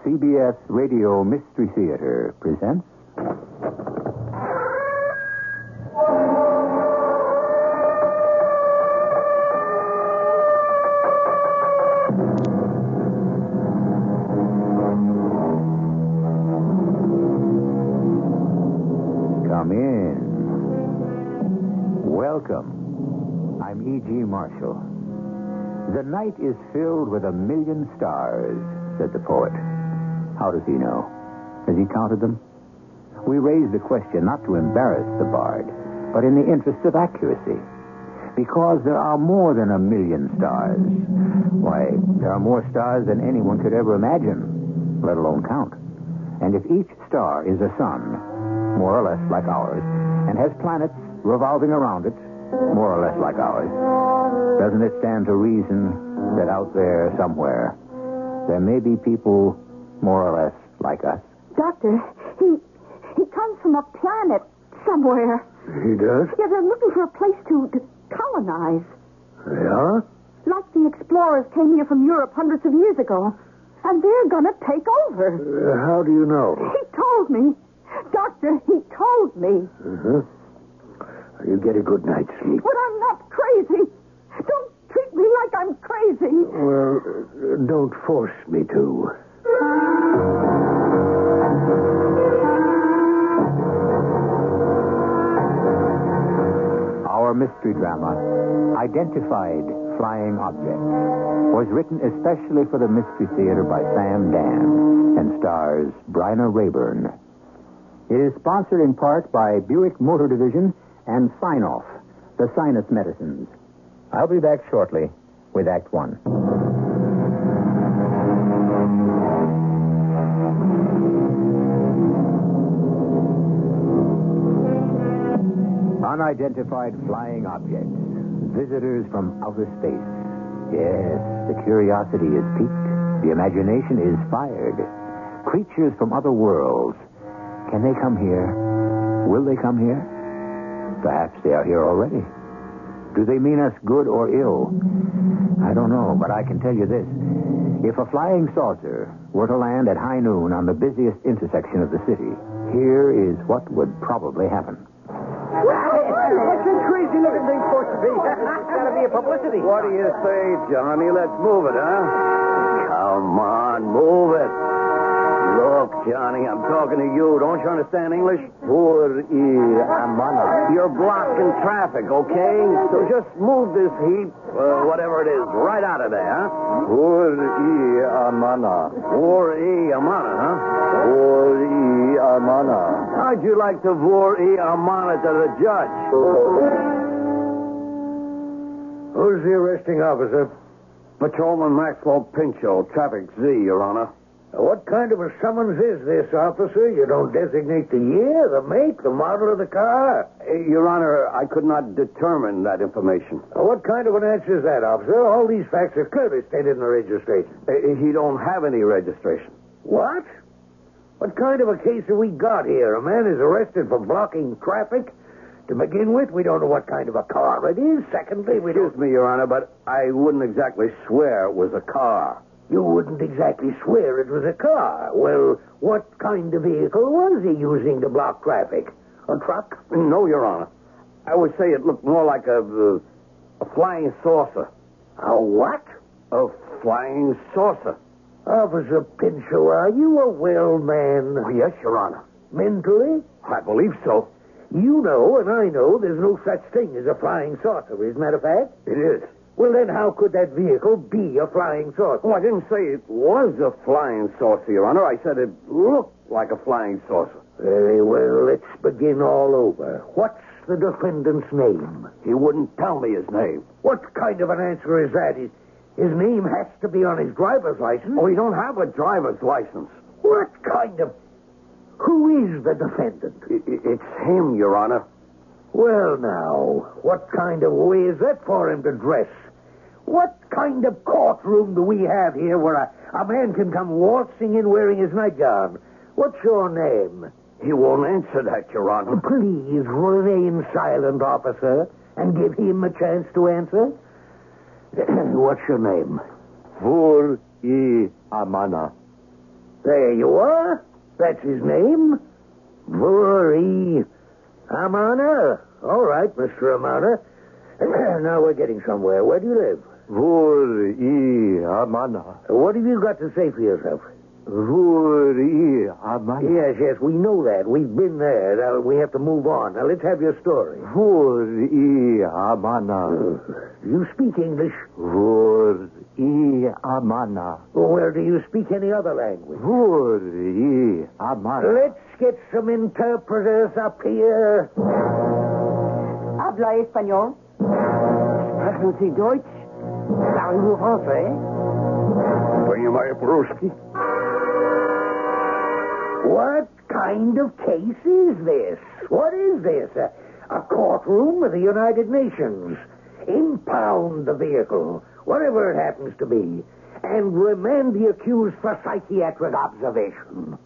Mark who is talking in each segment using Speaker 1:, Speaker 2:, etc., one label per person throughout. Speaker 1: CBS Radio Mystery Theater presents. Come in. Welcome. I'm E.G. Marshall. The night is filled with a million stars, said the poet. How does he know? Has he counted them? We raise the question not to embarrass the bard, but in the interest of accuracy. Because there are more than a million stars. Why, there are more stars than anyone could ever imagine, let alone count. And if each star is a sun, more or less like ours, and has planets revolving around it, more or less like ours, doesn't it stand to reason that out there somewhere, there may be people more or less like us?
Speaker 2: Doctor, he he comes from a planet somewhere.
Speaker 3: He does?
Speaker 2: Yeah, they're looking for a place to, to colonize.
Speaker 3: They are?
Speaker 2: Like the explorers came here from Europe hundreds of years ago. And they're gonna take over.
Speaker 3: Uh, how do you know?
Speaker 2: He told me. Doctor, he told me.
Speaker 3: Uh-huh. You get a good night's sleep.
Speaker 2: But I'm not crazy. Don't treat me like I'm crazy.
Speaker 3: Well, uh, don't force me to.
Speaker 1: Our mystery drama, Identified Flying Objects, was written especially for the Mystery Theater by Sam Dan and stars Bryna Rayburn. It is sponsored in part by Buick Motor Division and Sinoff, the sinus medicines. I'll be back shortly with Act One. Unidentified flying objects. Visitors from outer space. Yes, the curiosity is piqued. The imagination is fired. Creatures from other worlds. Can they come here? Will they come here? Perhaps they are here already. Do they mean us good or ill? I don't know, but I can tell you this. If a flying saucer were to land at high noon on the busiest intersection of the city, here is what would probably happen.
Speaker 4: What's that crazy looking thing supposed to be? It's got to be a publicity.
Speaker 3: What do you say, Johnny? Let's move it, huh? Come on, move it. Look, Johnny, I'm talking to you. Don't you understand English? Poor e, Amana. You're blocking traffic, okay? So just move this heap, uh, whatever it is, right out of there, huh? Poor e, Amana. Poor e, Amana, huh? Poor e, Amana. How'd you like to e, vor Amana to the judge? Who's the arresting officer? Patrolman Maxwell Pinchot, Traffic Z, Your Honor. What kind of a summons is this, officer? You don't designate the year, the make, the model of the car? Eh, Your Honor, I could not determine that information. What kind of an answer is that, officer? All these facts are clearly stated in the registration. Eh, He don't have any registration. What? What kind of a case have we got here? A man is arrested for blocking traffic? To begin with, we don't know what kind of a car it is. Secondly, we Excuse me, Your Honor, but I wouldn't exactly swear it was a car. You wouldn't exactly swear it was a car. Well, what kind of vehicle was he using to block traffic? A truck? No, Your Honor. I would say it looked more like a, uh, a flying saucer. A what? A flying saucer. Officer Pinchot, are you a well man? Oh, yes, Your Honor. Mentally? I believe so. You know, and I know, there's no such thing as a flying saucer, isn't that a fact? It is. Well, then how could that vehicle be a flying saucer? Oh, I didn't say it was a flying saucer, Your Honor. I said it looked like a flying saucer. Very well, let's begin all over. What's the defendant's name? He wouldn't tell me his name. What kind of an answer is that? His, his name has to be on his driver's license. Oh, he don't have a driver's license. What kind of who is the defendant? It's him, Your Honor. Well, now, what kind of way is that for him to dress? What kind of courtroom do we have here where a, a man can come waltzing in wearing his nightgown? What's your name? He won't answer that, Your Honor. Please remain silent, officer, and give him a chance to answer. What's your name? Vur E. Amana. There you are. That's his name. Voree Amana. All right, Mr. Amana. now we're getting somewhere. Where do you live?
Speaker 5: Vur-i amana.
Speaker 3: What have you got to say for yourself?
Speaker 5: Vur-i amana.
Speaker 3: Yes, yes, we know that. We've been there. Now, we have to move on. Now, let's have your story.
Speaker 5: Vur-i
Speaker 3: Uh,
Speaker 5: amana.
Speaker 3: You speak English.
Speaker 5: Vur-i amana.
Speaker 3: Well, do you speak any other language?
Speaker 5: Vur-i amana.
Speaker 3: Let's get some interpreters up here.
Speaker 2: Habla español.
Speaker 1: Sprechen Sie Deutsch? Sagen Sie Français?
Speaker 3: Понимаю по-русски. What kind of case is this? What is this? A, a courtroom of the United Nations. Impound the vehicle, whatever it happens to be, and remand the accused for psychiatric observation.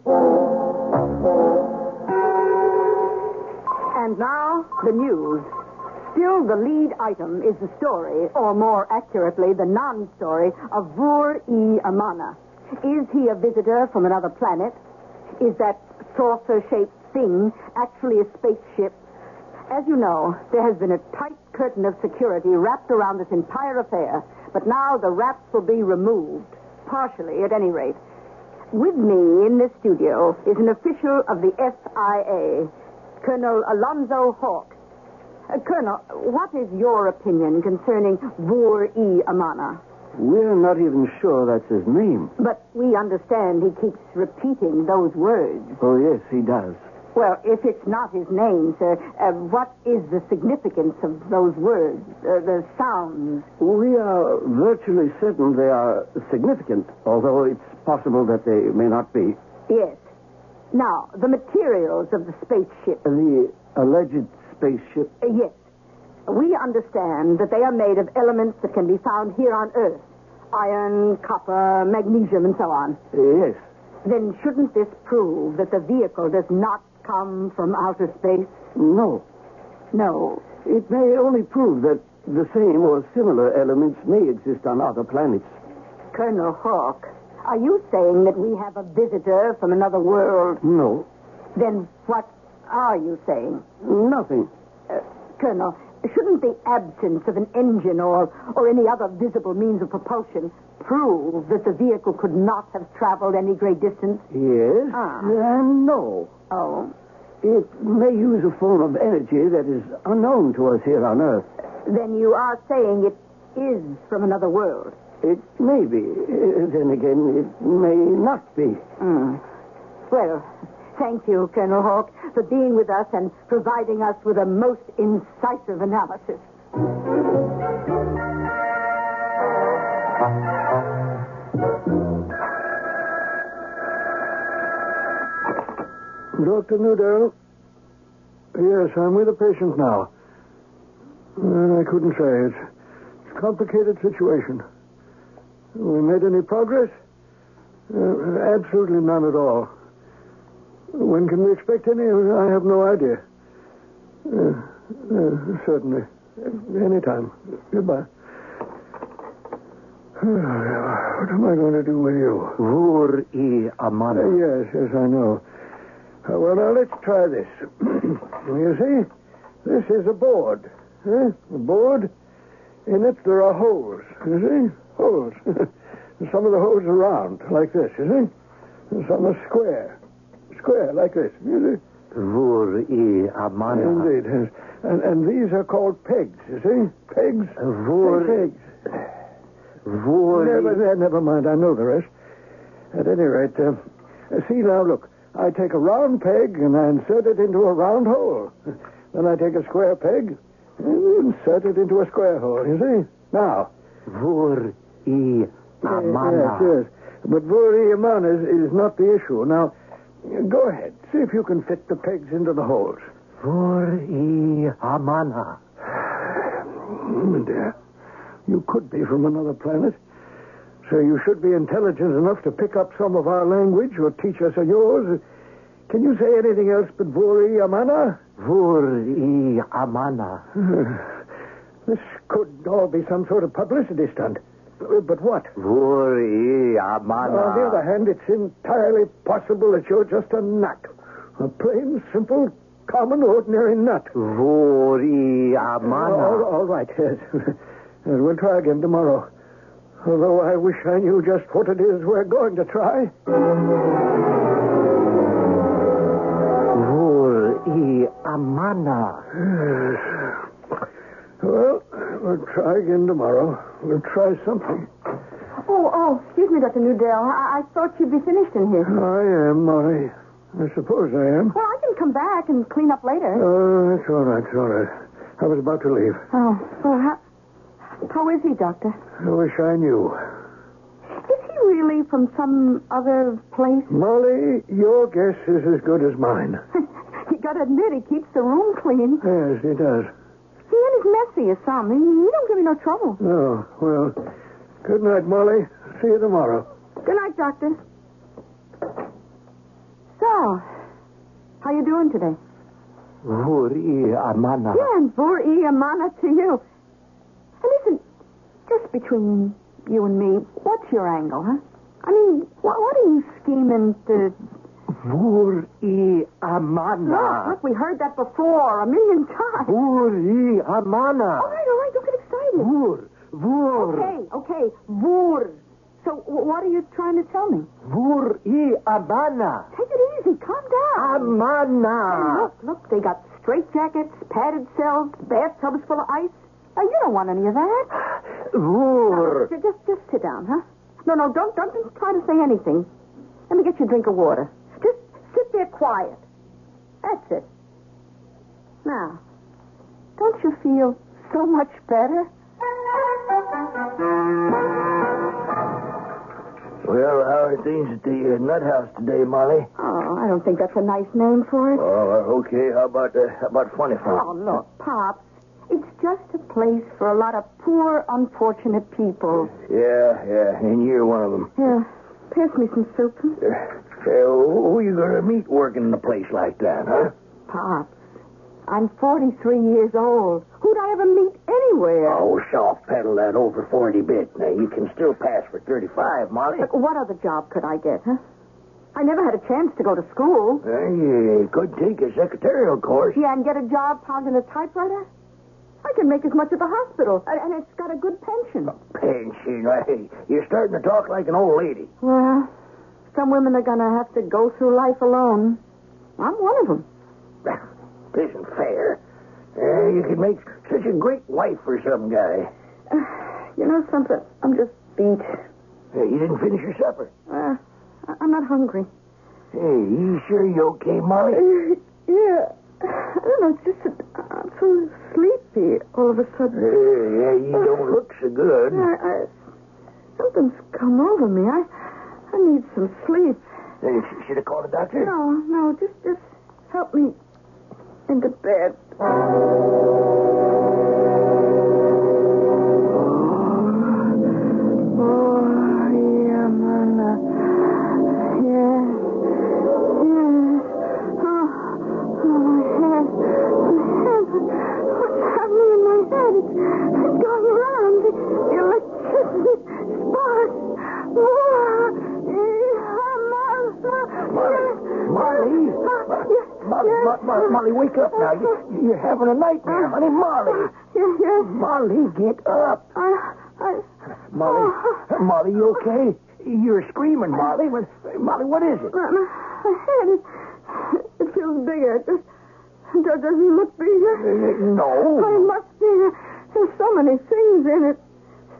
Speaker 2: And now, the news. Still, the lead item is the story, or more accurately, the non story, of Vur E. Amana. Is he a visitor from another planet? Is that saucer shaped thing actually a spaceship? As you know, there has been a tight curtain of security wrapped around this entire affair, but now the wraps will be removed, partially at any rate. With me in this studio is an official of the FIA, Colonel Alonzo Hawk. Uh, Colonel, what is your opinion concerning Vur E. Amana?
Speaker 5: We're not even sure that's his name.
Speaker 2: But we understand he keeps repeating those words.
Speaker 5: Oh, yes, he does.
Speaker 2: Well, if it's not his name, sir, uh, what is the significance of those words, uh, the sounds?
Speaker 5: We are virtually certain they are significant, although it's possible that they may not be.
Speaker 2: Yes. Now, the materials of the spaceship.
Speaker 5: The alleged spaceship.
Speaker 2: Uh, yes. We understand that they are made of elements that can be found here on Earth iron, copper, magnesium, and so on.
Speaker 5: Yes.
Speaker 2: Then shouldn't this prove that the vehicle does not come from outer space?
Speaker 5: No.
Speaker 2: No.
Speaker 5: It may only prove that the same or similar elements may exist on other planets.
Speaker 2: Colonel Hawk, are you saying that we have a visitor from another world?
Speaker 5: No.
Speaker 2: Then what are you saying?
Speaker 5: Nothing.
Speaker 2: Uh, Colonel, shouldn't the absence of an engine or, or any other visible means of propulsion prove that the vehicle could not have traveled any great distance?
Speaker 5: Yes.
Speaker 2: Ah.
Speaker 5: And no.
Speaker 2: Oh.
Speaker 5: It may use a form of energy that is unknown to us here on Earth.
Speaker 2: Then you are saying it is from another world.
Speaker 5: It may be. Uh, Then again, it may not be.
Speaker 2: Well, thank you, Colonel Hawk, for being with us and providing us with a most incisive analysis.
Speaker 3: Dr. Newdale? Yes, I'm with a patient now. Uh, I couldn't say it. It's a complicated situation. We made any progress? Uh, absolutely none at all. When can we expect any? I have no idea. Uh, uh, certainly. Any time. Goodbye. What am I going to do with you?
Speaker 5: Vur e amana.
Speaker 3: Uh, yes, yes, I know. Uh, well, now let's try this. you see, this is a board. Huh? A board. In it there are holes. You see, holes. And some of the holes are round, like this. You see, and some are square, square, like this. You see?
Speaker 5: Vur e amana.
Speaker 3: Indeed. yes. And, and these are called pegs. You see, pegs.
Speaker 5: Vur-
Speaker 3: Pegs. Never,
Speaker 5: Vur.
Speaker 3: there, never mind. I know the rest. At any rate, uh, see now, look. I take a round peg and I insert it into a round hole. Then I take a square peg and insert it into a square hole. You see? Now.
Speaker 5: Vur e amana.
Speaker 3: Yes, yes. But Vuri Amana is, is not the issue. Now, go ahead. See if you can fit the pegs into the holes.
Speaker 5: Vur e amana.
Speaker 3: Mm, dear. You could be from another planet. So you should be intelligent enough to pick up some of our language or teach us yours. Can you say anything else but Vuri Amana?
Speaker 5: Vur e amana.
Speaker 3: This could all be some sort of publicity stunt.
Speaker 5: But what?
Speaker 1: Vuri
Speaker 5: On the other
Speaker 1: Amana.
Speaker 5: hand, it's entirely possible that you're just a nut. A plain, simple, common, ordinary nut.
Speaker 1: Vuri
Speaker 5: Oh, All,
Speaker 1: Amana.
Speaker 5: all right, yes. And we'll try again tomorrow. Although I wish I knew just what it is we're going to try.
Speaker 1: Vuri Amana.
Speaker 5: Well, we'll try again tomorrow. We'll try something.
Speaker 6: Oh, oh, excuse me, Dr. Newdale. I, I thought you'd be finished in here.
Speaker 5: I am, Molly. I suppose I am.
Speaker 6: Well, I can come back and clean up later.
Speaker 5: Oh, it's all right, it's all right. I was about to leave.
Speaker 6: Oh, well, how, how is he, Doctor?
Speaker 5: I wish I knew.
Speaker 6: Is he really from some other place?
Speaker 5: Molly, your guess is as good as mine.
Speaker 6: you gotta admit, he keeps the room clean.
Speaker 5: Yes, he does.
Speaker 6: He ain't as messy as some. He, he don't give me no trouble.
Speaker 5: Oh, well, good night, Molly. See you tomorrow.
Speaker 6: Good night, Doctor. So, how you doing today?
Speaker 1: Vuri Amana.
Speaker 6: Yeah, and vor e amana to you. And listen, just between you and me, what's your angle, huh? I mean, what, what are you scheming to...
Speaker 1: Vuri
Speaker 6: Look,
Speaker 1: Amana.
Speaker 6: look, we heard that before a million times.
Speaker 1: Vuri Amana.
Speaker 6: All right, all right, don't get excited.
Speaker 1: Vur. Vur.
Speaker 6: Okay, okay, vor. So wh- what are you trying to tell me?
Speaker 1: Vuri Amana.
Speaker 6: Take it easy, calm down. And
Speaker 1: Amana.
Speaker 6: look, look, they got straitjackets, padded cells, bathtubs full of ice. Now, you don't want any of that.
Speaker 1: Vur.
Speaker 6: Ju- Just, just sit down, huh? No, no, don't, don't even try to say anything. Let me get you a drink of water. Just sit there quiet. That's it. Now, don't you feel so much better?
Speaker 3: Well, how are things at the uh, nut house today, Molly?
Speaker 6: Oh, I don't think that's a nice name for it.
Speaker 3: Oh, okay. How about uh, how about funny
Speaker 6: Oh, look, Pops, it's just a place for a lot of poor, unfortunate people.
Speaker 3: Yeah, yeah, and you're one of them.
Speaker 6: Here, pass me some soup.
Speaker 3: Uh, who you gonna meet working in a place like that, huh?
Speaker 6: Pops, I'm 43 years old. Who'd I ever meet anywhere?
Speaker 3: Oh, soft pedal that over forty bit. Now you can still pass for thirty-five, Molly.
Speaker 6: Look, What other job could I get, huh? I never had a chance to go to school.
Speaker 3: Hey, you could take a secretarial course.
Speaker 6: Yeah, and get a job pounding a typewriter? I can make as much at the hospital, and- and it's got a good pension.
Speaker 3: Pension. Hey, you're starting to talk like an old lady.
Speaker 6: Well, some women are going to have to go through life alone. I'm one of them.
Speaker 3: This isn't fair. Uh, you could make such a great wife for some guy.
Speaker 6: You know something? I'm just beat.
Speaker 3: Hey, you didn't finish your supper.
Speaker 6: Uh, I- I'm not hungry.
Speaker 3: Hey, you sure you okay, Molly?
Speaker 6: Yeah. I don't know. It's just that I'm so sleepy all of a
Speaker 3: Uh,
Speaker 6: sudden.
Speaker 3: yeah, you don't look so good.
Speaker 6: I, I, something's come over me. I, I need some sleep.
Speaker 3: Hey, sh- should have called a doctor.
Speaker 6: No, no. Just, just help me into bed. Oh, yeah, Mama. Yeah. Yeah. Oh, oh, my head. My head. What's happening in my head? It's, it's going around. The electricity sparks. Whoa. Yeah, Mama.
Speaker 3: Molly, Molly.
Speaker 6: Ah, yeah,
Speaker 3: Molly,
Speaker 6: yeah.
Speaker 3: Mo- Mo- Molly, wake up now. You, you're having a nightmare, honey. Molly,
Speaker 6: Yeah, yeah.
Speaker 3: Molly, get up.
Speaker 6: I, I,
Speaker 3: Molly, Molly, you okay? You're screaming, Molly. What, Molly, what is it?
Speaker 6: my, my head, it, it feels bigger. It just, it does- doesn't look bigger. But it
Speaker 3: No.
Speaker 6: must be. There's so many things in it.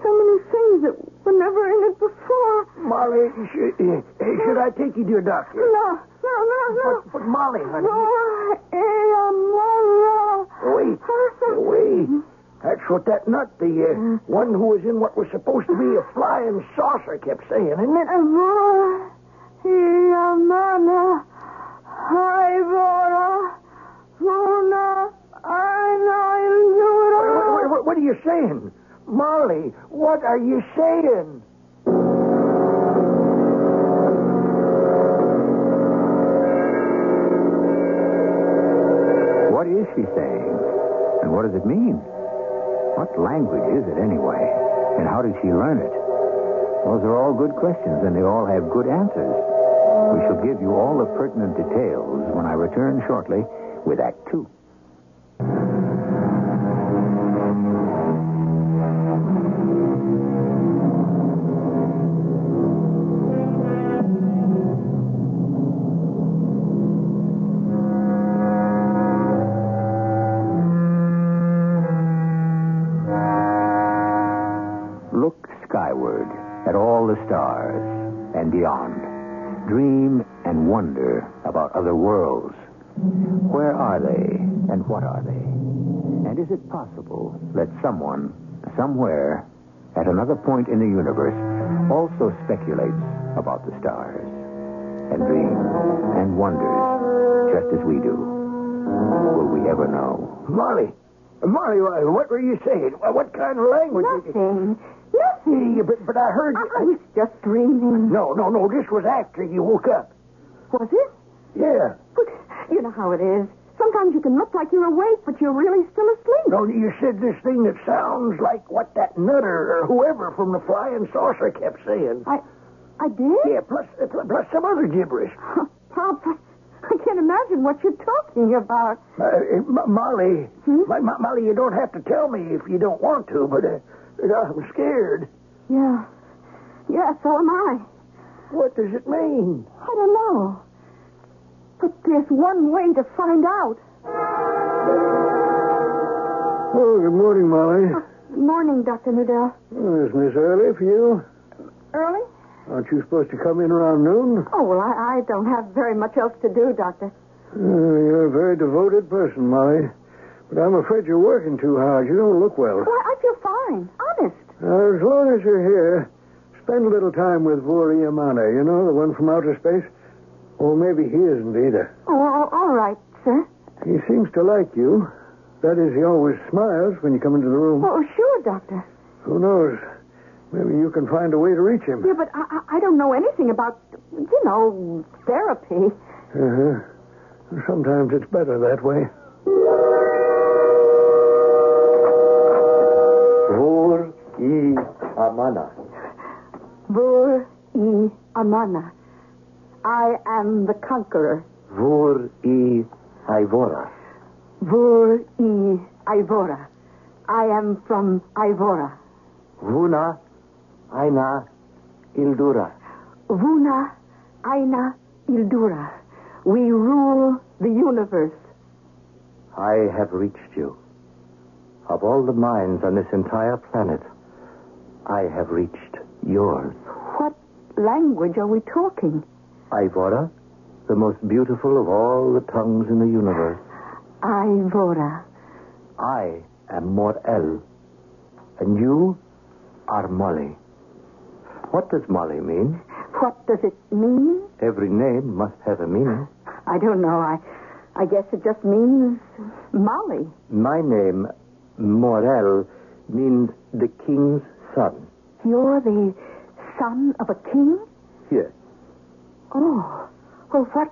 Speaker 6: So many things that were never in it before.
Speaker 3: Molly, should, uh, should I take you to a doctor?
Speaker 6: No, no, no, no.
Speaker 3: But, but Molly, honey.
Speaker 6: Oh, I am
Speaker 3: Wait, wait.
Speaker 6: Mm-hmm.
Speaker 3: That's what that nut, the uh, one who was in what was supposed to be a flying saucer, kept saying, isn't it?
Speaker 6: Amor, Iamana, Ivora, Mona,
Speaker 3: What, what-
Speaker 6: Aina,
Speaker 3: what- what are you saying? Molly, what are you saying?
Speaker 1: What is she saying? And what does it mean? What language is it anyway? And how did she learn it? Those are all good questions, and they all have good answers. We shall give you all the pertinent details when I return shortly with Act Two. Look skyward at all the stars and beyond. Dream and wonder about other worlds. Where are they and what are they? And is it possible that someone, somewhere, at another point in the universe, also speculates about the stars and dreams and wonders just as we do? Will we ever know?
Speaker 3: Molly. Molly, uh, what were you saying? Uh, What kind of language?
Speaker 6: Nothing. Nothing.
Speaker 3: Yeah, but, but I heard.
Speaker 6: I was just dreaming.
Speaker 3: No, no, no. This was after you woke up.
Speaker 6: Was it?
Speaker 3: Yeah.
Speaker 6: But you know how it is. Sometimes you can look like you're awake, but you're really still asleep.
Speaker 3: No, you said this thing that sounds like what that nutter or whoever from the flying saucer kept saying.
Speaker 6: I, I did.
Speaker 3: Yeah, plus, uh, pl- plus some other gibberish.
Speaker 6: Pop, I, I can't imagine what you're talking about. Hmm?
Speaker 3: Uh, uh, Mo- Molly, Mo- Mo- Molly, you don't have to tell me if you don't want to, but uh, I'm scared.
Speaker 6: Yeah, yeah. So am I.
Speaker 3: What does it mean?
Speaker 6: I don't know. But there's one way to find out.
Speaker 5: Oh, good morning, Molly.
Speaker 6: Uh, Morning, Doctor Nudell.
Speaker 5: Oh, isn't this early for you?
Speaker 6: Early?
Speaker 5: Aren't you supposed to come in around noon?
Speaker 6: Oh well, I, I don't have very much else to do, Doctor.
Speaker 5: Uh, you're a very devoted person, Molly. But I'm afraid you're working too hard. You don't look well.
Speaker 6: Why, I feel fine. Honest.
Speaker 5: Uh, as long as you're here, spend a little time with Vori Amana, you know, the one from outer space. Or maybe he isn't either.
Speaker 6: Oh, all- all right, sir.
Speaker 5: He seems to like you. That is, he always smiles when you come into the room.
Speaker 6: Oh, sure, Doctor.
Speaker 5: Who knows? Maybe you can find a way to reach him.
Speaker 6: Yeah, but I, I- I don't know anything about, you know, therapy.
Speaker 5: Uh-huh. Sometimes it's better that way.
Speaker 3: Vor e amana.
Speaker 6: Vur e amana. I am the conqueror.
Speaker 3: Vor e ivora.
Speaker 6: Vur e Ivora. I am from Ivora.
Speaker 3: Vuna aina ildura.
Speaker 6: Vuna aina ildura. We rule the universe.
Speaker 3: I have reached you. Of all the minds on this entire planet, I have reached yours.
Speaker 6: What language are we talking?
Speaker 3: Ivora, the most beautiful of all the tongues in the universe.
Speaker 6: Ivora.
Speaker 3: I am Morel, and you are Molly. What does Molly mean?
Speaker 6: What does it mean?
Speaker 3: Every name must have a meaning.
Speaker 6: I don't know. I, I guess it just means Molly.
Speaker 3: My name, Morel, means the king's son.
Speaker 6: You're the son of a king?
Speaker 3: Here,
Speaker 6: Oh. Well, what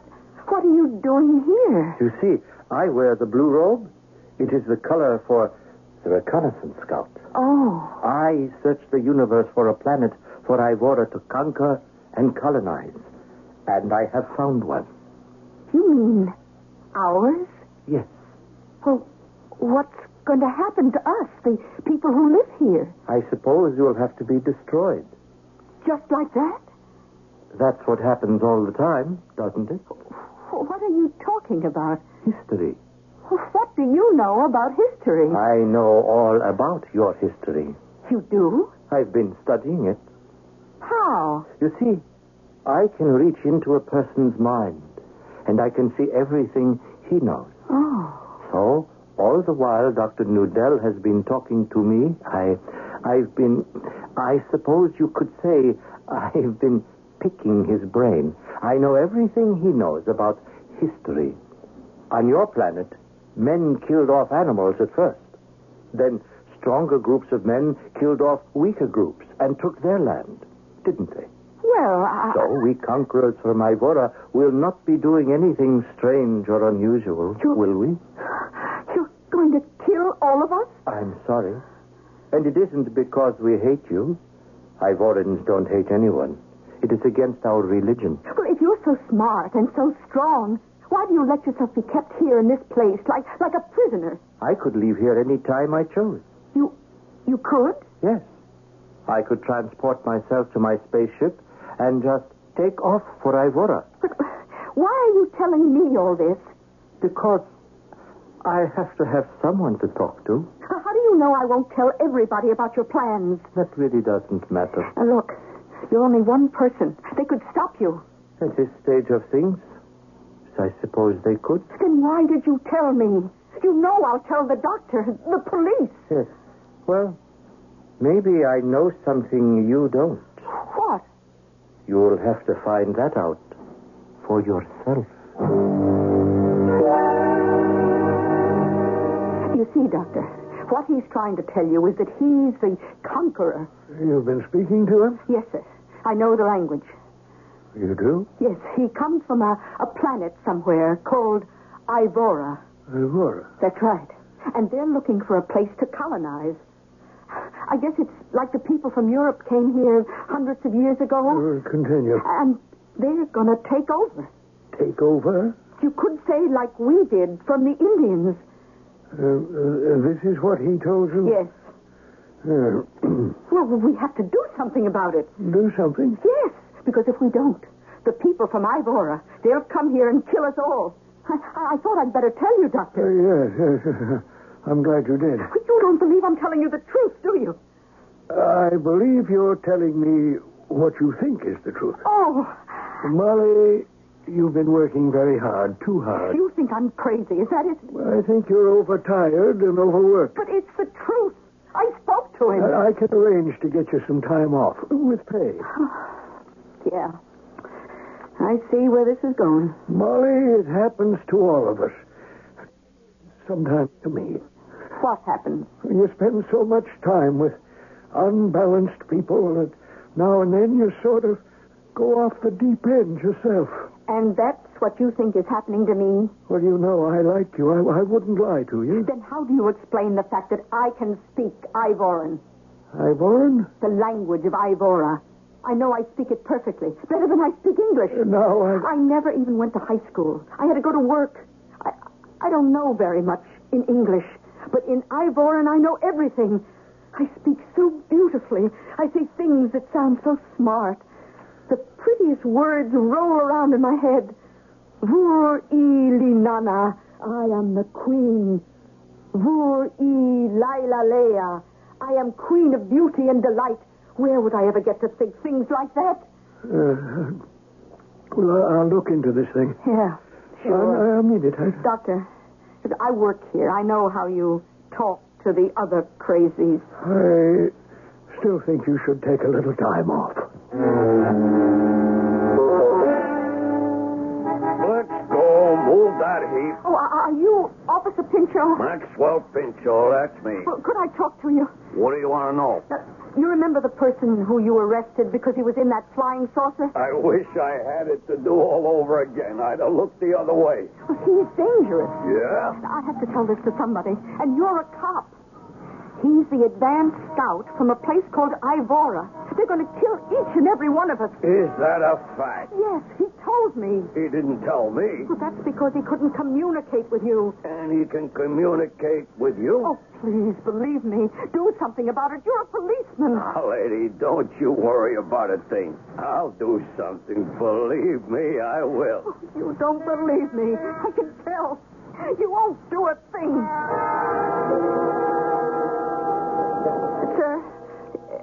Speaker 6: what are you doing here?
Speaker 3: you see, I wear the blue robe. It is the color for the reconnaissance scout.
Speaker 6: Oh.
Speaker 3: I search the universe for a planet for Ivora to conquer and colonize. And I have found one.
Speaker 6: You mean ours?
Speaker 3: Yes.
Speaker 6: Well, what's going to happen to us, the people who live here?
Speaker 3: I suppose you'll have to be destroyed.
Speaker 6: Just like that?
Speaker 3: That's what happens all the time, doesn't it?
Speaker 6: Wh- What are you talking about?
Speaker 3: History.
Speaker 6: Wh- What do you know about history?
Speaker 3: I know all about your history.
Speaker 6: You do?
Speaker 3: I've been studying it.
Speaker 6: How?
Speaker 3: You see, I can reach into a person's mind, and I can see everything he knows.
Speaker 6: Oh.
Speaker 3: So, all the while Dr. Nudell has been talking to me, I, I've been, I suppose you could say, I've been picking his brain. I know everything he knows about history. On your planet, men killed off animals at first. Then stronger groups of men killed off weaker groups and took their land, didn't they?
Speaker 6: Well, I,
Speaker 3: So we conquerors from Ivora will not be doing anything strange or unusual,
Speaker 6: You-
Speaker 3: will we?
Speaker 6: you're going to kill all of us?
Speaker 3: I'm sorry. And it isn't because we hate you.
Speaker 6: Ivorians don't hate anyone. It is against our religion.
Speaker 2: Well, if you're so smart and so strong, why do you let yourself be kept here in this place like, like a prisoner?
Speaker 6: I could leave here any time I chose.
Speaker 2: You, you could?
Speaker 6: Yes. I could transport myself to my spaceship and just take off for Ivora.
Speaker 2: But why are you telling me all this?
Speaker 6: Because I have to have someone to talk to.
Speaker 2: How do you know I won't tell everybody about your plans?
Speaker 6: That really doesn't matter.
Speaker 2: Now, Uh, look, you're only one person. They could stop you.
Speaker 6: At this stage of things, I suppose they could.
Speaker 2: Then why did you tell me? You know I'll tell the doctor, the police.
Speaker 6: Yes. Well, maybe I know something you don't.
Speaker 2: What?
Speaker 6: You'll have to find that out for yourself.
Speaker 2: You see, Doctor, what he's trying to tell you is that he's the conqueror.
Speaker 3: You've been speaking to him?
Speaker 2: Yes, sir. I know the language.
Speaker 3: You do?
Speaker 2: Yes, he comes from a, a planet somewhere called Ivora.
Speaker 3: Uh, Ivora.
Speaker 2: That's right. And they're looking for a place to colonize. I guess it's like the people from Europe came here hundreds of years ago,
Speaker 3: Uh, continue.
Speaker 2: and they're going to take over.
Speaker 3: Take over?
Speaker 2: You could say, like we did from the Indians.
Speaker 3: Uh, uh, this is what he told you?
Speaker 2: Yes.
Speaker 3: Uh,
Speaker 2: Well, we have to do something about it.
Speaker 3: do something?
Speaker 2: Yes, because if we don't, the people from Ivora, they'll come here and kill us all. I, I thought I'd better tell you,
Speaker 3: Uh,
Speaker 2: Doctor.
Speaker 3: yes, yes. I'm glad you did.
Speaker 2: But you don't believe I'm telling you the truth, do you?
Speaker 3: I believe you're telling me what you think is the truth.
Speaker 2: Oh,
Speaker 3: Molly, you've been working very hard, too hard.
Speaker 2: you think I'm crazy. Is that it?
Speaker 3: I think you're overtired and overworked.
Speaker 2: But it's the truth. I spoke to him.
Speaker 3: I I can arrange to get you some time off with pay.
Speaker 2: yeah. I see where this is going.
Speaker 3: Molly, it happens to all of us. Sometimes to me.
Speaker 2: What happened?
Speaker 3: You spend so much time with unbalanced people that now and then you sort of go off the deep end yourself.
Speaker 2: And that's what you think is happening to me?
Speaker 3: Well, you know, I like you. I, I wouldn't lie to you.
Speaker 2: Then how do you explain the fact that I can speak Ivoran,
Speaker 3: Ivorn,
Speaker 2: the language of Ivora? I know I speak it perfectly, better than I speak English.
Speaker 3: now I...
Speaker 2: I never even went to high school. I had to go to work. I, I don't know very much in English, but in Ivoran I know everything. I speak so beautifully. I say things that sound so smart. The prettiest words roll around in my head. Vur i linana, I am the queen. Vur i laila lea, I am queen of beauty and delight. Where would I ever get to think things like that?
Speaker 3: Uh, well, I- I'll look into this thing.
Speaker 2: Yeah, sure.
Speaker 3: I, I'll need it. I,
Speaker 2: Doctor, I work here. I know how you talk to the other crazies.
Speaker 3: I still think you should take a little time off.
Speaker 5: Let's go. Move that heap.
Speaker 2: Oh, are are you Officer Pinchot?
Speaker 5: Maxwell Pinchot, that's me.
Speaker 2: Well, could I talk to you?
Speaker 5: What do you want to know?
Speaker 2: Uh, You remember the person who you arrested because he was in that flying saucer?
Speaker 5: I wish I had it to do all over again. I'd have looked the other way.
Speaker 2: Well, he is dangerous.
Speaker 5: Yeah?
Speaker 2: I have to tell this to somebody, and you're a cop. He's the advanced scout from a place called Ivora. They're going to kill each and every one of us.
Speaker 5: Is that a fact?
Speaker 2: Yes, he told me.
Speaker 5: He didn't tell me.
Speaker 2: Well, that's because he couldn't communicate with you.
Speaker 5: And he can communicate with you?
Speaker 2: Oh, please believe me. Do something about it. You're a policeman.
Speaker 5: Now, lady, don't you worry about a thing. I'll do something. Believe me, I will.
Speaker 2: You don't believe me. I can tell. You won't do a thing. Uh, Sir,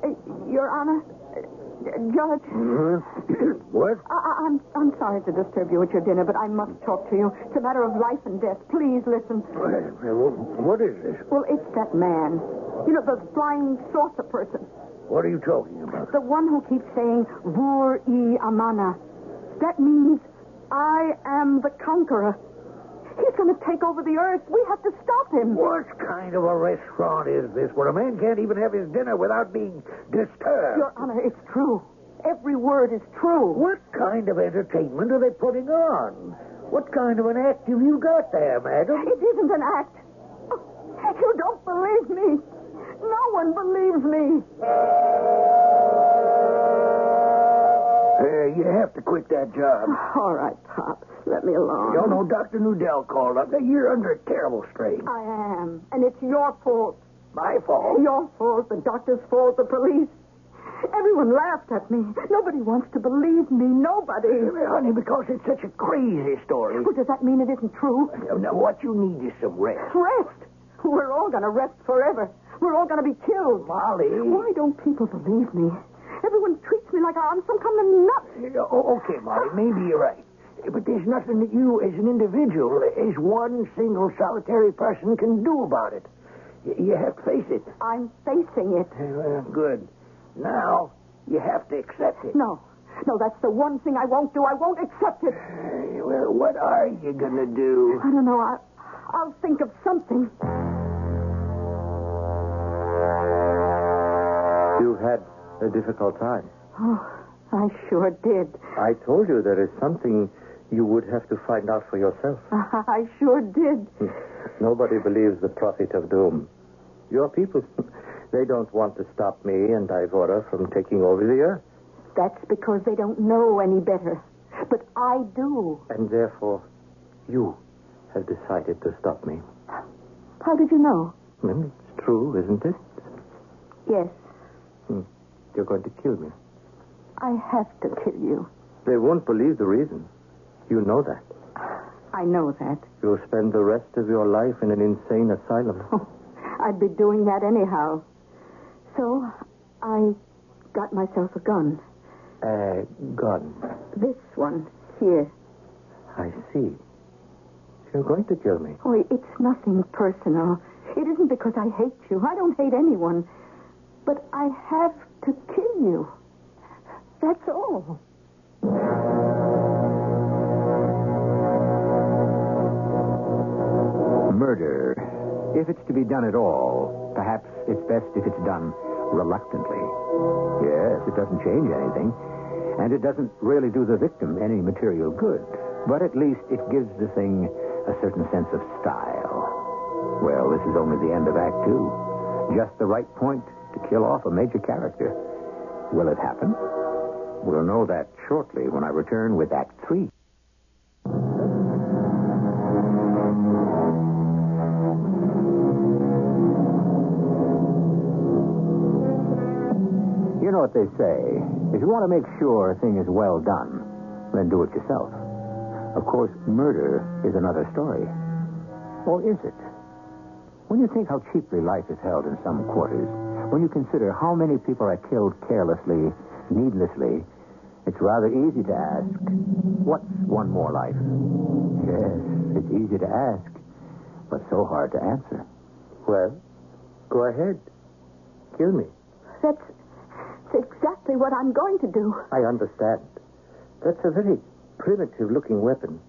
Speaker 2: uh, Your Honor, uh, Judge,
Speaker 3: Hmm? what?
Speaker 2: I- I- I'm I'm sorry to disturb you at your dinner, but I must talk to you. It's a matter of life and death. Please listen.
Speaker 3: What is this?
Speaker 2: Well, it's that man. You know, the flying saucer person.
Speaker 3: What are you talking about?
Speaker 2: The one who keeps saying, Vur e amana. That means, I am the conqueror. He's going to take over the earth. We have to stop him.
Speaker 3: What kind of a restaurant is this where a man can't even have his dinner without being disturbed?
Speaker 2: Your Honor, it's true. Every word is true.
Speaker 3: What kind of entertainment are they putting on? What kind of an act have you got there, madam?
Speaker 2: It isn't an act. Oh, you don't believe me. No one believes me.
Speaker 5: Hey, you have to quit that job.
Speaker 6: All right, Pop. Let me alone.
Speaker 5: Y'all know Dr. Nudell called up. Now, You're under a terrible strain.
Speaker 6: I am. And it's your fault.
Speaker 5: My fault.
Speaker 6: Your fault, the doctor's fault, the police. Everyone laughed at me. Nobody wants to believe me. Nobody.
Speaker 5: Honey, because it's such a crazy story.
Speaker 6: Well, does that mean it isn't true?
Speaker 5: Now, what you need is some rest.
Speaker 6: Rest. We're all going to rest forever. We're all going to be killed.
Speaker 5: Molly.
Speaker 6: Why don't people believe me? Everyone treats me like I'm some kind of nut.
Speaker 5: Oh, okay, Molly, maybe you're right. But there's nothing that you, as an individual, as one single solitary person, can do about it. Y- You have to face it.
Speaker 6: I'm facing it.
Speaker 5: Well, good. Now, you have to accept it.
Speaker 6: No. No, that's the one thing I won't do. I won't accept it.
Speaker 5: Uh, Well, what are you going to do?
Speaker 6: I don't know. I, I'll think of something.
Speaker 3: You had a difficult time.
Speaker 6: Oh, I sure did.
Speaker 3: I told you there is something you would have to find out for yourself.
Speaker 6: I sure did.
Speaker 3: Nobody believes the prophet of doom. Your people, they don't want to stop me and Ivora from taking over the earth,
Speaker 6: That's because they don't know any better. But I do.
Speaker 3: and therefore you have decided to stop me.
Speaker 6: How did you know?
Speaker 3: Well, it's true, isn't it? Hmm,
Speaker 6: Yes,
Speaker 3: You're going to kill me.
Speaker 6: I have to kill you.
Speaker 3: They won't believe the reason. You know that.
Speaker 6: I know that.
Speaker 3: You'll spend the rest of your life in an insane asylum.
Speaker 6: I'd be doing that anyhow. So I got myself a gun.
Speaker 3: A gun.
Speaker 6: This one here.
Speaker 3: I see. You're going to kill me.
Speaker 6: Oh, it's nothing personal. It isn't because I hate you. I don't hate anyone. But I have to kill you. That's all.
Speaker 1: Murder, if it's to be done at all, perhaps it's best if it's done reluctantly. Yes, it doesn't change anything, and it doesn't really do the victim any material good, but at least it gives the thing a certain sense of style. Well, this is only the end of Act Two. Just the right point to kill off a major character. Will it happen? We'll know that shortly when I return with Act Three. You know what they say. If you want to make sure a thing is well done, then do it yourself. Of course, murder is another story. Or is it? When you think how cheaply life is held in some quarters, when you consider how many people are killed carelessly, needlessly, it's rather easy to ask, what's one more life? Yes, it's easy to ask, but so hard to answer.
Speaker 3: Well, go ahead. Kill me.
Speaker 6: That's, that's exactly what I'm going to do.
Speaker 3: I understand. That's a very primitive looking weapon.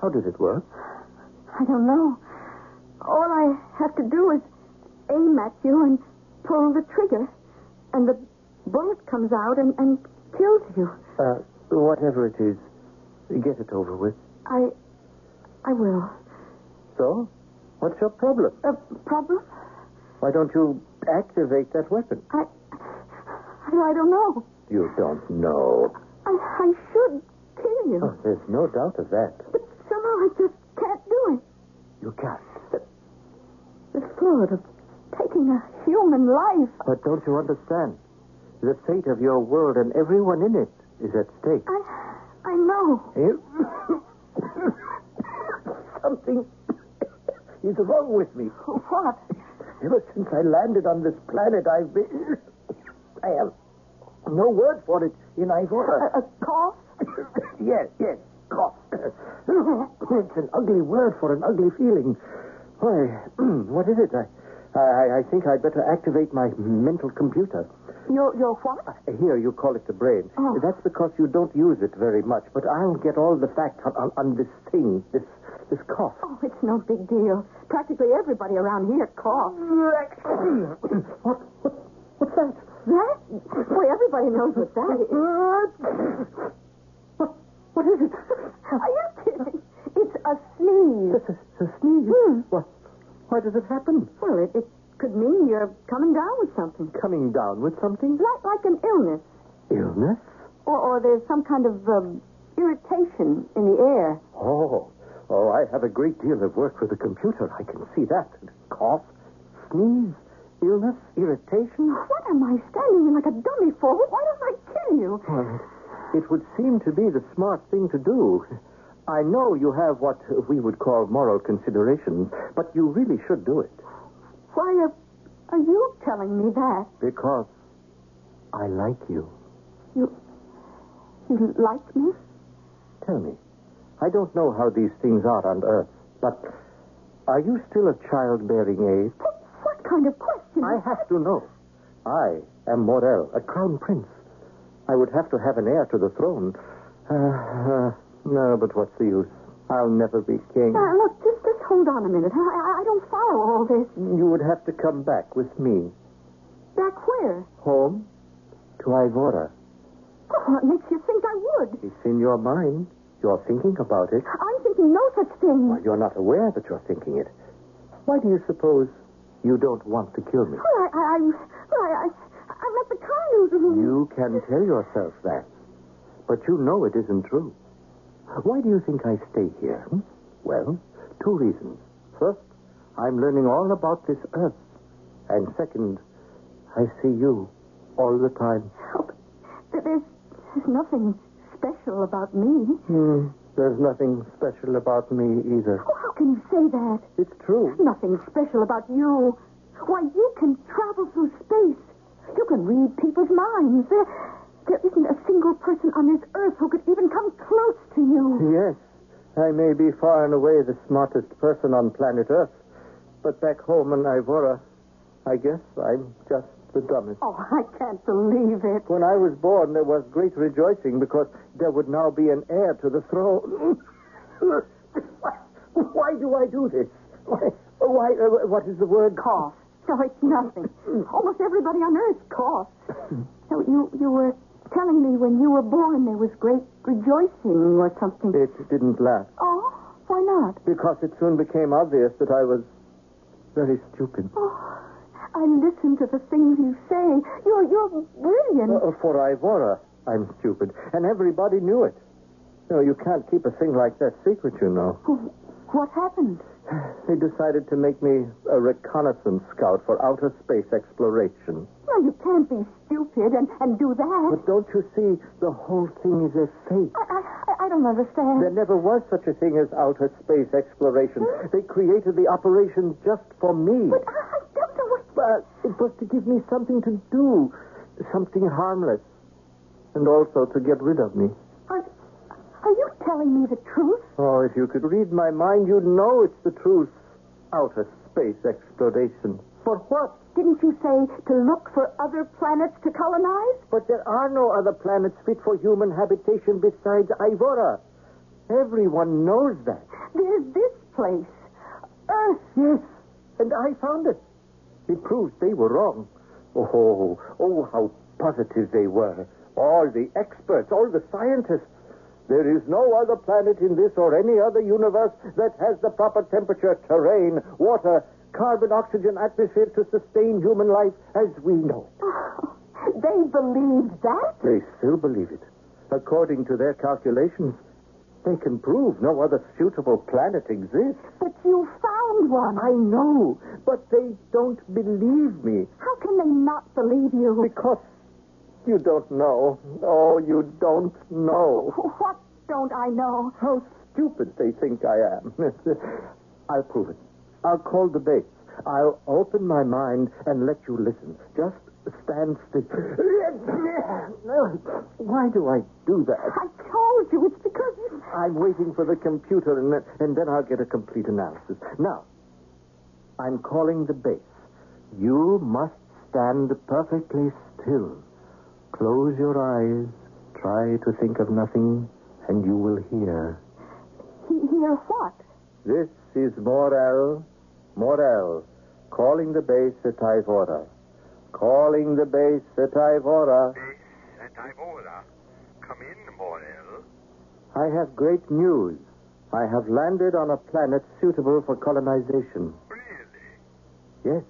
Speaker 3: How does it work?
Speaker 6: I don't know. All I have to do is aim at you and pull the trigger, and the bullet comes out and, and kills you.
Speaker 3: Uh, whatever it is, get it over with.
Speaker 6: I, I will.
Speaker 3: So? What's your problem?
Speaker 6: A problem?
Speaker 3: Why don't you activate that weapon?
Speaker 6: I, I don't know.
Speaker 3: You don't know.
Speaker 6: I, I should kill you,
Speaker 3: Oh, there's no doubt of that.
Speaker 6: but somehow I just can't do it.
Speaker 3: You can't.
Speaker 6: The thought of taking a human life.
Speaker 3: But don't you understand? The fate of your world and everyone in it is at stake.
Speaker 6: I, I know.
Speaker 3: You- Something is wrong with me.
Speaker 6: What?
Speaker 3: Ever since I landed on this planet, I've been. I have no word for it in Ivora.
Speaker 6: A, a cough?
Speaker 3: yes, yes, cough. it's an ugly word for an ugly feeling. Why, what is it? I, I, I think I'd better activate my mental computer.
Speaker 6: Your, your what?
Speaker 3: Here, you call it the brain.
Speaker 6: Oh.
Speaker 3: That's because you don't use it very much, but I'll get all the facts on, on, on this thing, this, this cough.
Speaker 6: Oh, it's no big deal. Practically everybody around here coughs.
Speaker 3: what, what, what's that?
Speaker 6: That? Boy, everybody knows what that is.
Speaker 3: What, what is it?
Speaker 6: Are you kidding? It's a sneeze.
Speaker 3: It's a, a sneeze.
Speaker 6: Hmm.
Speaker 3: Why, why does it happen?
Speaker 6: Well, it, it could mean you're coming down with something.
Speaker 3: Coming down with something?
Speaker 6: Like, like an illness.
Speaker 3: Illness?
Speaker 6: or, or there's some kind of um, irritation in the air.
Speaker 3: Oh, oh, I have a great deal of work with the computer. I can see that. Cough, sneeze, illness, irritation.
Speaker 6: What am I standing in like a dummy for? Why don't I kill you?
Speaker 3: Well, it would seem to be the smart thing to do. I know you have what we would call moral consideration, but you really should do it.
Speaker 6: Why are, are you telling me that?
Speaker 3: Because I like you.
Speaker 6: You, you like me?
Speaker 3: Tell me, I don't know how these things are on Earth, but are you still of childbearing age?
Speaker 6: What, what kind of question?
Speaker 3: I have to know. I am Morel, a crown prince. I would have to have an heir to the throne. Uh, uh, no, but what's the use? I'll never be king.
Speaker 6: Now, look, just, just hold on a minute. I, I, I don't follow all this.
Speaker 3: You would have to come back with me
Speaker 6: Back where?
Speaker 3: home to Ivora.
Speaker 6: Oh, what makes you think I would?
Speaker 3: It's in your mind. You're thinking about it.
Speaker 6: I'm thinking no such thing.
Speaker 3: Well, you're not aware that you're thinking it. Why do you suppose you don't want to kill me?
Speaker 6: Well, I, I, I, well, I, I, I've let the car loose.
Speaker 3: You can tell yourself that, but you know it isn't true. Why do you think I stay here? hmm? Well, two reasons. First, I'm learning all about this earth. And second, I see you all the time.
Speaker 6: Oh, but there's, there's nothing special about me.
Speaker 3: There's nothing special about me either.
Speaker 6: Oh, how can you say that?
Speaker 3: It's true.
Speaker 6: Nothing special about you. Why, you can travel through space. You can read people's minds. There, there isn't a single person on this earth who could even come close to you.
Speaker 3: Yes, I may be far and away the smartest person on planet Earth, but back home in Ivora, I guess I'm just the dumbest.
Speaker 6: Oh, I can't believe it.
Speaker 3: When I was born, there was great rejoicing because there would now be an heir to the throne. why, why do I do this? Why, why uh, what is the word?
Speaker 6: Cough. So it's nothing. Almost everybody on earth coughs. So you, you were telling me when you were born there was great rejoicing or something.
Speaker 3: It didn't last
Speaker 6: Oh, why not?
Speaker 3: because it soon became obvious that I was very stupid.
Speaker 6: Oh, I listen to the things you say. You're, you're brilliant.
Speaker 3: Uh, for Ivora, I'm stupid, and everybody knew it. No, you can't keep a thing like that secret, you know.
Speaker 6: what happened?
Speaker 3: They decided to make me a reconnaissance scout for outer space exploration.
Speaker 6: Well, you can't be stupid and, and do that.
Speaker 3: But don't you see, the whole thing is a fake.
Speaker 6: I, I, I- I don't understand.
Speaker 3: There never was such a thing as outer space exploration. They created the operation just for me.
Speaker 6: But I, I don't know what.
Speaker 3: But it was to give me something to do, something harmless, and also to get rid of me.
Speaker 6: Are, are you telling me the truth?
Speaker 3: Oh, if you could read my mind, you'd know it's the truth. Outer space exploration. For what?
Speaker 6: Didn't you say to look for other planets to colonize?
Speaker 3: But there are no other planets fit for human habitation besides Ivora. Everyone knows that.
Speaker 6: There's this place, Earth.
Speaker 3: Yes, and I found it. It proves they were wrong. Oh, oh, how positive they were. All the experts, all the scientists. There is no other planet in this or any other universe that has the proper temperature, terrain, water, carbon, oxygen, atmosphere to sustain human life as we know.
Speaker 6: Oh, they believed that?
Speaker 3: They still believe it. According to their calculations, they can prove no other suitable planet exists.
Speaker 6: But you found one.
Speaker 3: I know, but they don't believe me
Speaker 6: How can they not believe you?
Speaker 3: because you don't know. Oh, you don't know
Speaker 6: What don't I know?
Speaker 3: how stupid they think I am. I'll prove it. I'll call the base. I'll open my mind and let you listen. Just stand still. Why do I do that?
Speaker 6: I told you it's because you.
Speaker 3: I'm waiting for the computer, and then, and then I'll get a complete analysis. Now, I'm calling the base. You must stand perfectly still. Close your eyes, try to think of nothing, and you will hear.
Speaker 6: He- Hear what?
Speaker 3: This is Morel, Morel, calling the base at Ivora. Calling the base at Ivora.
Speaker 2: This at Ivora. Come in, Morel.
Speaker 3: I have great news. I have landed on a planet suitable for colonization.
Speaker 2: Really?
Speaker 3: Yes.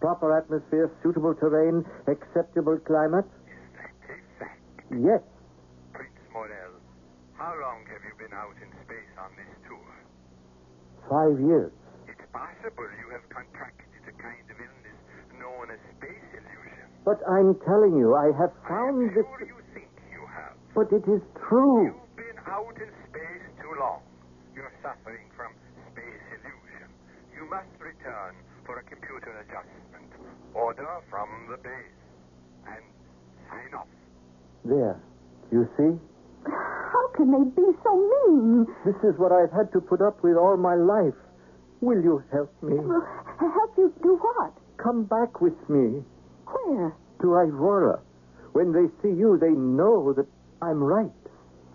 Speaker 3: Proper atmosphere, suitable terrain, acceptable climate.
Speaker 2: Is that a fact?
Speaker 3: Yes.
Speaker 7: Morel, how long have you been out in space on this tour?
Speaker 3: Five years.
Speaker 7: It's possible you have contracted a kind of illness known as space illusion.
Speaker 3: But I'm telling you, I have
Speaker 7: I'm
Speaker 3: found
Speaker 7: sure
Speaker 3: this.
Speaker 7: you think you have.
Speaker 3: But it is true.
Speaker 7: You've been out in space too long. You're suffering from space illusion. You must return for a computer adjustment. Order from the base. And sign off.
Speaker 3: There. You see?
Speaker 6: How can they be so mean?
Speaker 3: This is what I've had to put up with all my life. Will you help me?
Speaker 6: Well, help you do what?
Speaker 3: Come back with me
Speaker 6: Where?
Speaker 3: to Aurora. When they see you, they know that I'm right.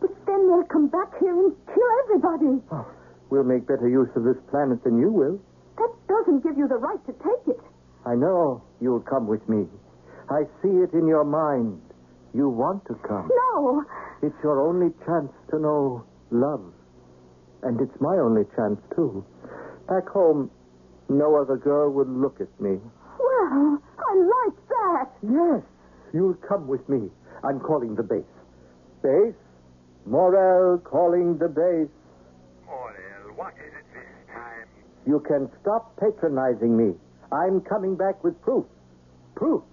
Speaker 6: But then they'll come back here and kill everybody.
Speaker 3: Oh, we'll make better use of this planet than you will.
Speaker 6: That doesn't give you the right to take it.
Speaker 3: I know you'll come with me. I see it in your mind. You want to come.
Speaker 6: No.
Speaker 3: It's your only chance to know love. And it's my only chance, too. Back home, no other girl would look at me.
Speaker 6: Well, I like that.
Speaker 3: Yes. You'll come with me. I'm calling the base. Base? Morel calling the base.
Speaker 7: Morel, what is it this time?
Speaker 3: You can stop patronizing me. I'm coming back with proof. Proof.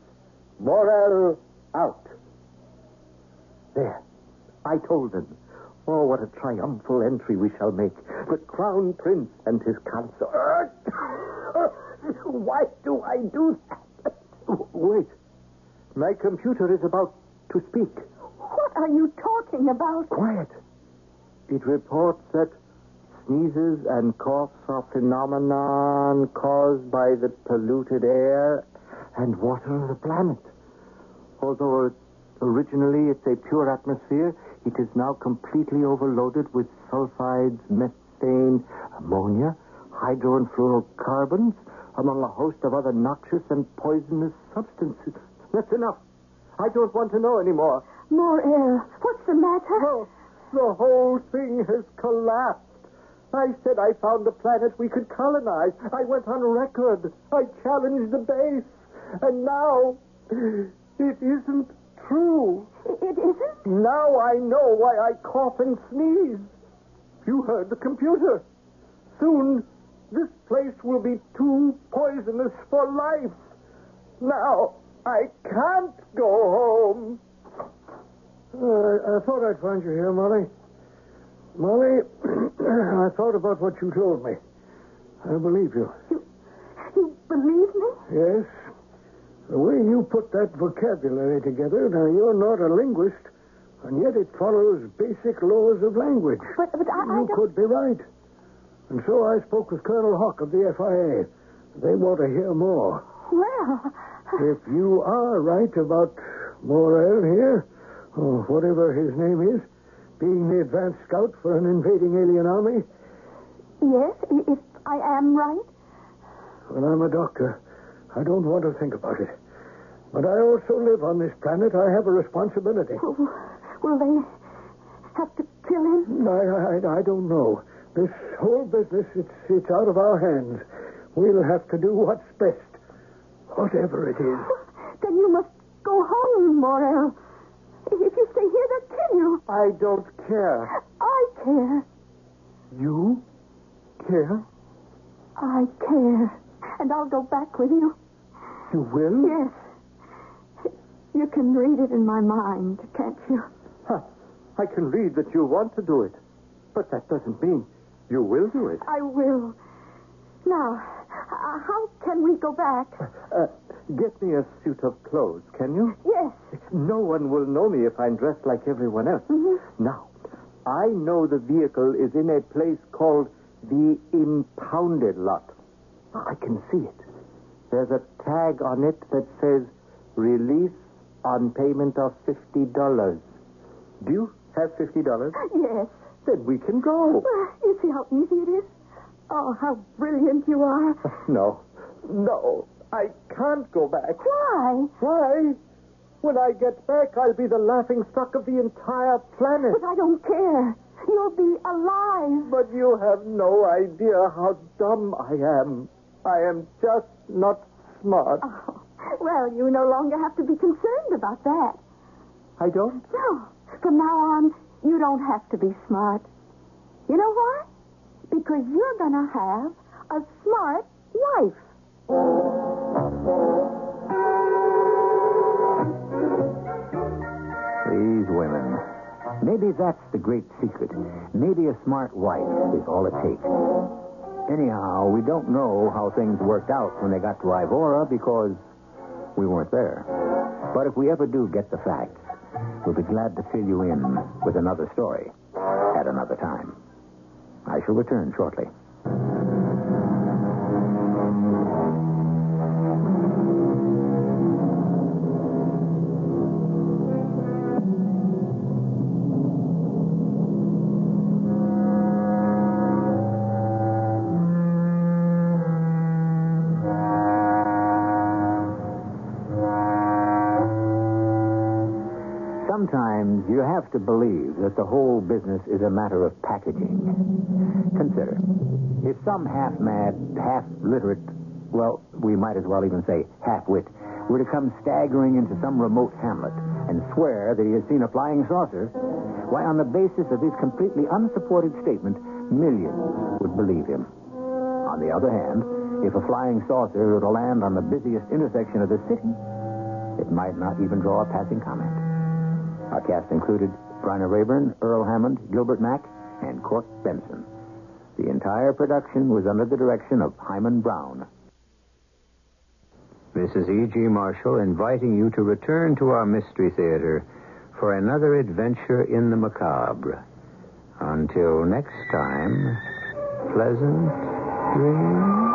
Speaker 3: Morel out. There. I told them. Oh, what a triumphal entry we shall make. The crown prince and his consort. Why do I do that? Wait. My computer is about to speak.
Speaker 6: What are you talking about?
Speaker 3: Quiet. It reports that sneezes and coughs are phenomenon caused by the polluted air and water on the planet. Although it- originally it's a pure atmosphere, it is now completely overloaded with sulfides, methane, ammonia, hydro and fluorocarbons, among a host of other noxious and poisonous substances. That's enough. I don't want to know anymore.
Speaker 6: More air. What's the matter?
Speaker 3: Oh, the whole thing has collapsed. I said I found a planet we could colonize. I went on record. I challenged the base. And now it isn't true.
Speaker 6: It isn't.
Speaker 3: Now I know why I cough and sneeze. You heard the computer. Soon this place will be too poisonous for life. Now I can't go home.
Speaker 5: Uh, I thought I'd find you here, Molly. Molly, I thought about what you told me. I believe you.
Speaker 6: You believe me?
Speaker 5: Yes. The way you put that vocabulary together, now you're not a linguist, and yet it follows basic laws of language.
Speaker 6: But, but I, I
Speaker 5: you
Speaker 6: don't.
Speaker 5: could be right. And so I spoke with Colonel Hawk of the FIA. They want to hear more.
Speaker 6: Well,
Speaker 5: If you are right about Morel here, or whatever his name is, being the advance scout for an invading alien army,
Speaker 6: yes, i- if I am right.
Speaker 5: Well, I'm a doctor. I don't want to think about it. But I also live on this planet. I have a responsibility.
Speaker 6: Will, will they have to kill him?
Speaker 5: I, I, I don't know. This whole business, it's, it's out of our hands. We'll have to do what's best, whatever it is.
Speaker 6: Then you must go home, Morel. If you stay here, they'll kill you.
Speaker 3: I don't care.
Speaker 6: I care.
Speaker 3: You care?
Speaker 6: I care. And I'll go back with you.
Speaker 3: You will?
Speaker 6: Yes. You can read it in my mind, can't you?
Speaker 3: Huh. I can read that you want to do it. But that doesn't mean you will do it.
Speaker 6: I will. Now, uh, how can we go back?
Speaker 3: Uh, get me a suit of clothes, can you?
Speaker 6: Yes.
Speaker 3: No one will know me if I'm dressed like everyone else.
Speaker 6: Mhm.
Speaker 3: Now, I know the vehicle is in a place called the impounded lot. Ah, I can see it. There's a tag on it that says release on payment of $50. Do you have $50?
Speaker 6: Yes.
Speaker 3: Then we can go.
Speaker 6: Well, you see how easy it is? Oh, how brilliant you are.
Speaker 3: No. No. I can't go back.
Speaker 6: Why?
Speaker 3: Why? When I get back, I'll be the laughing stock of the entire planet.
Speaker 6: But I don't care. You'll be alive.
Speaker 3: But you have no idea how dumb I am. I am just not smart.
Speaker 6: Oh, well, you no longer have to be concerned about that.
Speaker 3: I don't?
Speaker 6: No. From now on, You don't have to be smart. You know why? Because you're going to have a smart wife.
Speaker 1: These women. Maybe that's the great secret. Maybe a smart wife is all it takes. Anyhow, we don't know how things worked out when they got to Ivora because we weren't there. But if we ever do get the facts, we'll be glad to fill you in with another story at another time. I shall return shortly. Sometimes you have to believe that the whole business is a matter of packaging. Consider, if some half mad, half literate, well, we might as well even say half wit, were to come staggering into some remote hamlet and swear that he has seen a flying saucer, why, on the basis of his completely unsupported statement, millions would believe him. On the other hand, if a flying saucer were to land on the busiest intersection of the city, it might not even draw a passing comment. Our cast included Bryna Rayburn, Earl Hammond, Gilbert Mack, and Cork Benson. The entire production was under the direction of Hyman Brown. This is E.G. Marshall inviting you to return to our Mystery Theater for another adventure in the macabre. Until next time, pleasant dreams.